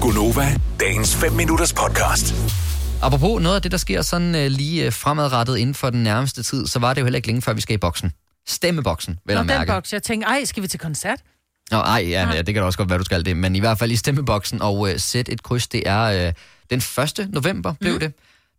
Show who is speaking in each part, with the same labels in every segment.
Speaker 1: Gunova, dagens 5 minutters podcast.
Speaker 2: Apropos noget af det, der sker sådan øh, lige øh, fremadrettet inden for den nærmeste tid, så var det jo heller ikke længe før, vi skal i boksen. Stemmeboksen, vel
Speaker 3: Nå,
Speaker 2: at
Speaker 3: den
Speaker 2: mærke.
Speaker 3: boks. Jeg tænkte, ej, skal vi til koncert?
Speaker 2: Nå, ej, ja, ja, det kan da også godt være, du skal det. Men i hvert fald i stemmeboksen og øh, sæt et kryds, det er øh, den 1. november blev det.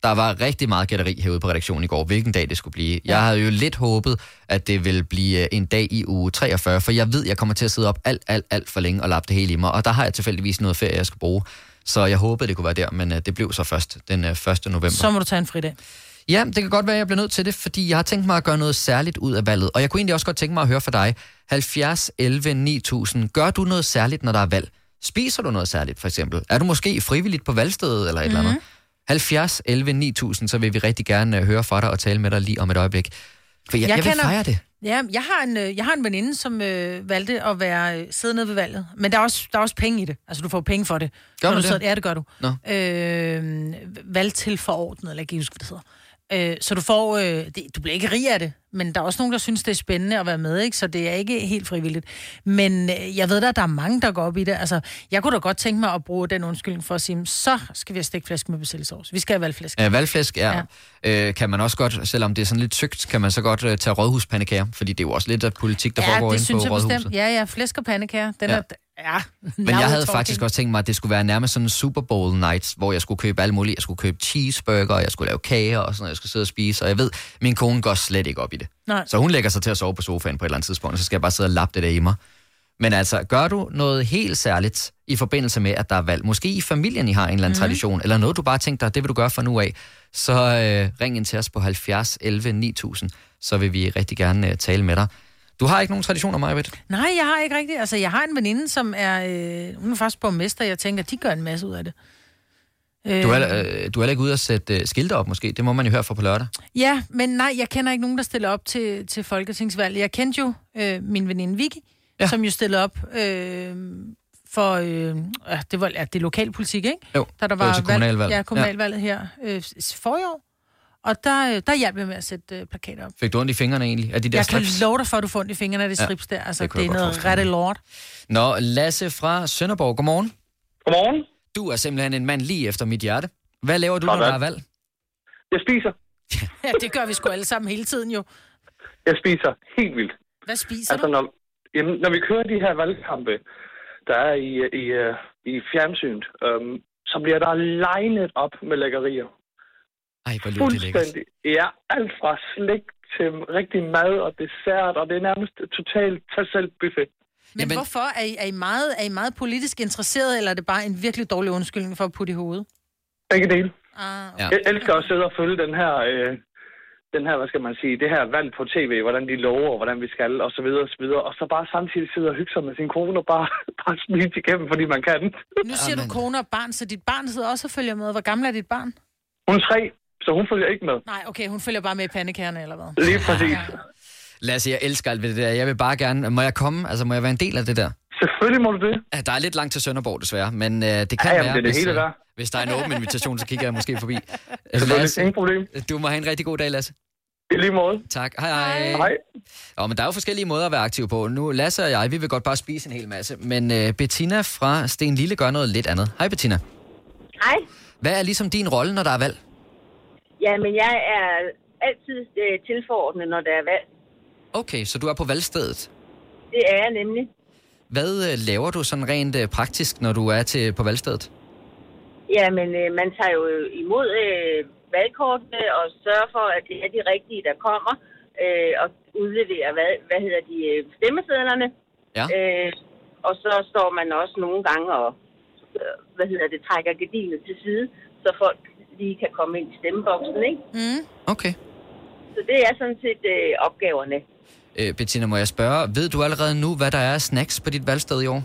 Speaker 2: Der var rigtig meget gætteri herude på redaktionen i går, hvilken dag det skulle blive. Jeg havde jo lidt håbet, at det ville blive øh, en dag i uge 43, for jeg ved, jeg kommer til at sidde op alt, alt, alt for længe og lappe det hele i mig. Og der har jeg tilfældigvis noget ferie, jeg skal bruge. Så jeg håbede, det kunne være der, men øh, det blev så først den øh, 1. november.
Speaker 3: Så må du tage en fridag.
Speaker 2: Ja, det kan godt være, at jeg bliver nødt til det, fordi jeg har tænkt mig at gøre noget særligt ud af valget. Og jeg kunne egentlig også godt tænke mig at høre fra dig. 70, 11, 9000. Gør du noget særligt, når der er valg? Spiser du noget særligt, for eksempel? Er du måske frivilligt på valgstedet eller et mm-hmm. eller andet? 70, 11, 9000, så vil vi rigtig gerne øh, høre fra dig og tale med dig lige om et øjeblik. For jeg, jeg,
Speaker 3: Jeg
Speaker 2: jeg vil
Speaker 3: kender-
Speaker 2: fejre det.
Speaker 3: Ja, jeg har en, øh, jeg har en veninde, som øh, valgte at være øh, sidde nede ved valget. Men der er, også, der er også penge i det. Altså, du får penge for det.
Speaker 2: Gør
Speaker 3: Når
Speaker 2: man
Speaker 3: du
Speaker 2: det?
Speaker 3: sidder- Ja, det gør du.
Speaker 2: Nå.
Speaker 3: Øh, valgtilforordnet, eller jeg kan ikke huske, hvad det hedder. Øh, så du får... Øh, det, du bliver ikke rig af det, men der er også nogen, der synes, det er spændende at være med, ikke? så det er ikke helt frivilligt. Men øh, jeg ved da, at der er mange, der går op i det. Altså, jeg kunne da godt tænke mig at bruge den undskyldning for at sige, "Men så skal vi have stikflæsk med persillesovs. Vi skal have valgflæsk.
Speaker 2: Øh, valgflæsk er, ja. øh, kan man også godt, selvom det er sådan lidt tykt, kan man så godt øh, tage rådhuspandekager, fordi det er jo også lidt af politik, der foregår inde på rådhuset.
Speaker 3: Ja, ja, flæsk og pandekager. Den
Speaker 2: Ja.
Speaker 3: ja. er... Ja.
Speaker 2: Men jeg havde faktisk også tænkt mig, at det skulle være nærmest sådan en Super Bowl night, hvor jeg skulle købe alle mulige. Jeg skulle købe cheeseburger, jeg skulle lave kager og sådan noget, jeg skulle sidde og spise. Og jeg ved, min kone går slet ikke op i det.
Speaker 3: Nej.
Speaker 2: Så hun lægger sig til at sove på sofaen på et eller andet tidspunkt, og så skal jeg bare sidde og lappe det der i mig. Men altså, gør du noget helt særligt i forbindelse med, at der er valg? Måske i familien, I har en eller anden mm. tradition, eller noget, du bare tænkte dig, det vil du gøre fra nu af, så øh, ring ind til os på 70 11 9000, så vil vi rigtig gerne øh, tale med dig. Du har ikke nogen traditioner, Majbet?
Speaker 3: Nej, jeg har ikke rigtigt. Altså, jeg har en veninde, som er... Øh, hun er faktisk borgmester, jeg tænker, de gør en masse ud af det. Øh,
Speaker 2: Du er, heller- øh, du er heller ikke ude at sætte øh, skilte op, måske. Det må man jo høre fra på lørdag.
Speaker 3: Ja, men nej, jeg kender ikke nogen, der stiller op til, til folketingsvalget. Jeg kendte jo øh, min veninde Vicky,
Speaker 2: Ja.
Speaker 3: ja. som jo stillede op øh, for... Øh, øh, det var ja, det er lokalpolitik, ikke?
Speaker 2: Jo,
Speaker 3: da der
Speaker 2: det var
Speaker 3: var
Speaker 2: til kommunalvalget.
Speaker 3: Ja, kommunalvalget ja. her øh, s- forrige år. Og der, øh, der hjalp jeg med at sætte øh, plakater op.
Speaker 2: Fik du ondt i fingrene egentlig? Af de der
Speaker 3: Jeg
Speaker 2: strips?
Speaker 3: kan love dig for, at du får ondt i fingrene af det
Speaker 2: Ja,
Speaker 3: strips der. Altså,
Speaker 2: det
Speaker 3: det,
Speaker 2: kunne
Speaker 3: det
Speaker 2: jeg godt
Speaker 3: er noget
Speaker 2: forestille
Speaker 3: rette lort.
Speaker 2: Nå, Lasse fra Sønderborg, godmorgen.
Speaker 4: Godmorgen.
Speaker 2: Du er simpelthen en mand lige efter mit hjerte. Hvad laver du, når
Speaker 4: Sådan.
Speaker 2: der er valg?
Speaker 4: Jeg spiser.
Speaker 3: Ja, det gør vi sgu alle sammen hele tiden jo.
Speaker 4: Jeg spiser helt vildt.
Speaker 3: Hvad spiser
Speaker 4: altså,
Speaker 3: du?
Speaker 4: når, jamen, når vi kører de her valgkampe, der er i, øh, i, øh, i fjernsynet, øhm, så bliver der legnet op med lækkerier.
Speaker 2: Ej, hvor lyder det lækkert.
Speaker 4: Fuldstændig. Ja, alt fra slik til rigtig mad og dessert, og det er nærmest totalt tag selv buffet.
Speaker 3: Men
Speaker 2: Jamen-
Speaker 3: Jamen... hvorfor? Er I, er, I meget, er I meget politisk interesseret, eller er det bare en virkelig dårlig undskyldning for at putte i hovedet?
Speaker 4: Begge dele.
Speaker 3: Ah,
Speaker 2: Ja.
Speaker 3: ja.
Speaker 4: Jeg elsker at sidde og følge den her, øh, den her, hvad skal man sige, det her valg på tv, hvordan de lover, hvordan vi skal, og så videre, og så videre. Og så bare samtidig sidde og hygge sig med sin kone og bare, bare smide igennem, fordi man kan.
Speaker 3: Nu siger
Speaker 2: Amen.
Speaker 3: du kone og barn, så dit barn sidder også og følger med. Hvor gammel er dit barn?
Speaker 4: Hun er tre, så hun følger ikke med.
Speaker 3: Nej, okay, hun følger bare med i pandekærne, eller hvad?
Speaker 4: Lige præcis.
Speaker 2: Lasse, jeg elsker alt ved det der. Jeg vil bare gerne... Må jeg komme? Altså, må jeg være en del af det der?
Speaker 4: Selvfølgelig må du det.
Speaker 2: Ja, der er lidt langt til Sønderborg, desværre, men øh, det kan
Speaker 4: Ja, jamen,
Speaker 2: være,
Speaker 4: det er det hele
Speaker 2: øh,
Speaker 4: værd.
Speaker 2: hvis der er en åben invitation, så kigger jeg måske forbi.
Speaker 4: Selvfølgelig.
Speaker 2: Lasse,
Speaker 4: Ingen problem.
Speaker 2: du må have en rigtig god dag, Lasse.
Speaker 4: I lige måde.
Speaker 2: Tak. Hej, hej.
Speaker 4: Hej.
Speaker 2: Og, men der er jo forskellige måder at være aktiv på. Nu, Lasse og jeg, vi vil godt bare spise en hel masse. Men øh, Bettina fra Sten Lille gør noget lidt andet. Hej Bettina.
Speaker 5: Hej.
Speaker 2: Hvad er ligesom din rolle, når der er valg?
Speaker 5: Jamen, jeg er altid øh, tilforordnet, når der er valg.
Speaker 2: Okay, så du er på valgstedet.
Speaker 5: Det er jeg nemlig.
Speaker 2: Hvad øh, laver du sådan rent øh, praktisk, når du er til på valgstedet?
Speaker 5: Jamen, øh, man tager jo imod øh, valgkortene og sørger for, at det er de rigtige, der kommer øh, og udleverer, hvad, hvad hedder de, øh, stemmesedlerne.
Speaker 2: Ja.
Speaker 5: Øh, og så står man også nogle gange og, øh, hvad hedder det, trækker gardinet til side, så folk lige kan komme ind i stemmeboksen, ikke?
Speaker 3: Mm.
Speaker 2: Okay.
Speaker 5: Så det er sådan set øh, opgaverne.
Speaker 2: Øh, Bettina, må jeg spørge, ved du allerede nu, hvad der er af snacks på dit valgsted i år?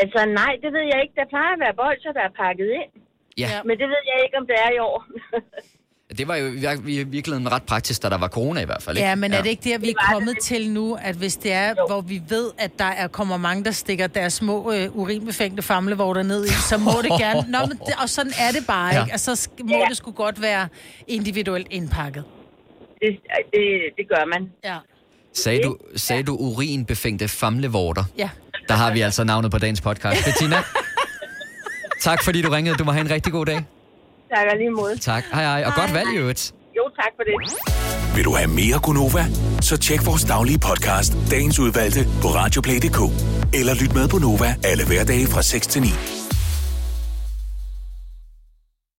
Speaker 5: Altså, nej, det ved jeg ikke. Der plejer at være bolcher, der er pakket ind.
Speaker 2: Ja,
Speaker 3: Ja.
Speaker 5: Men det ved jeg ikke, om det er i år.
Speaker 2: ja. det var jo i vir- i virkeligheden ret praktisk, da der var corona i hvert fald. Ikke?
Speaker 3: Ja, men er det ikke der, vi
Speaker 5: Det
Speaker 3: er
Speaker 5: var
Speaker 3: kommet
Speaker 5: det.
Speaker 3: til nu, at hvis det er, hvor vi ved, at der er, kommer mange, der stikker deres små øh, urinbefængte famlevorter ned i, så må det gerne... Nå, men det, og sådan er det bare,
Speaker 2: Ja.
Speaker 3: ja. ikke? Og så sk- må
Speaker 5: Ja.
Speaker 3: det sgu godt være individuelt indpakket.
Speaker 5: det, det, det gør man.
Speaker 3: Ja.
Speaker 2: Sagde du, sagde du urinbefængte famlevorter?
Speaker 3: Ja.
Speaker 2: Der har vi altså navnet på dagens podcast. Bettina, Tak fordi du ringede. Du må have en rigtig god dag.
Speaker 5: Tak og lige mod.
Speaker 2: Tak. Hej hej. Og godt valg i øvrigt.
Speaker 5: Jo, tak for det.
Speaker 1: Vil du have mere Gunova? Så tjek vores daglige podcast, dagens udvalgte, på radioplay.dk. Eller lyt med på Nova alle hverdage fra 6 til 9.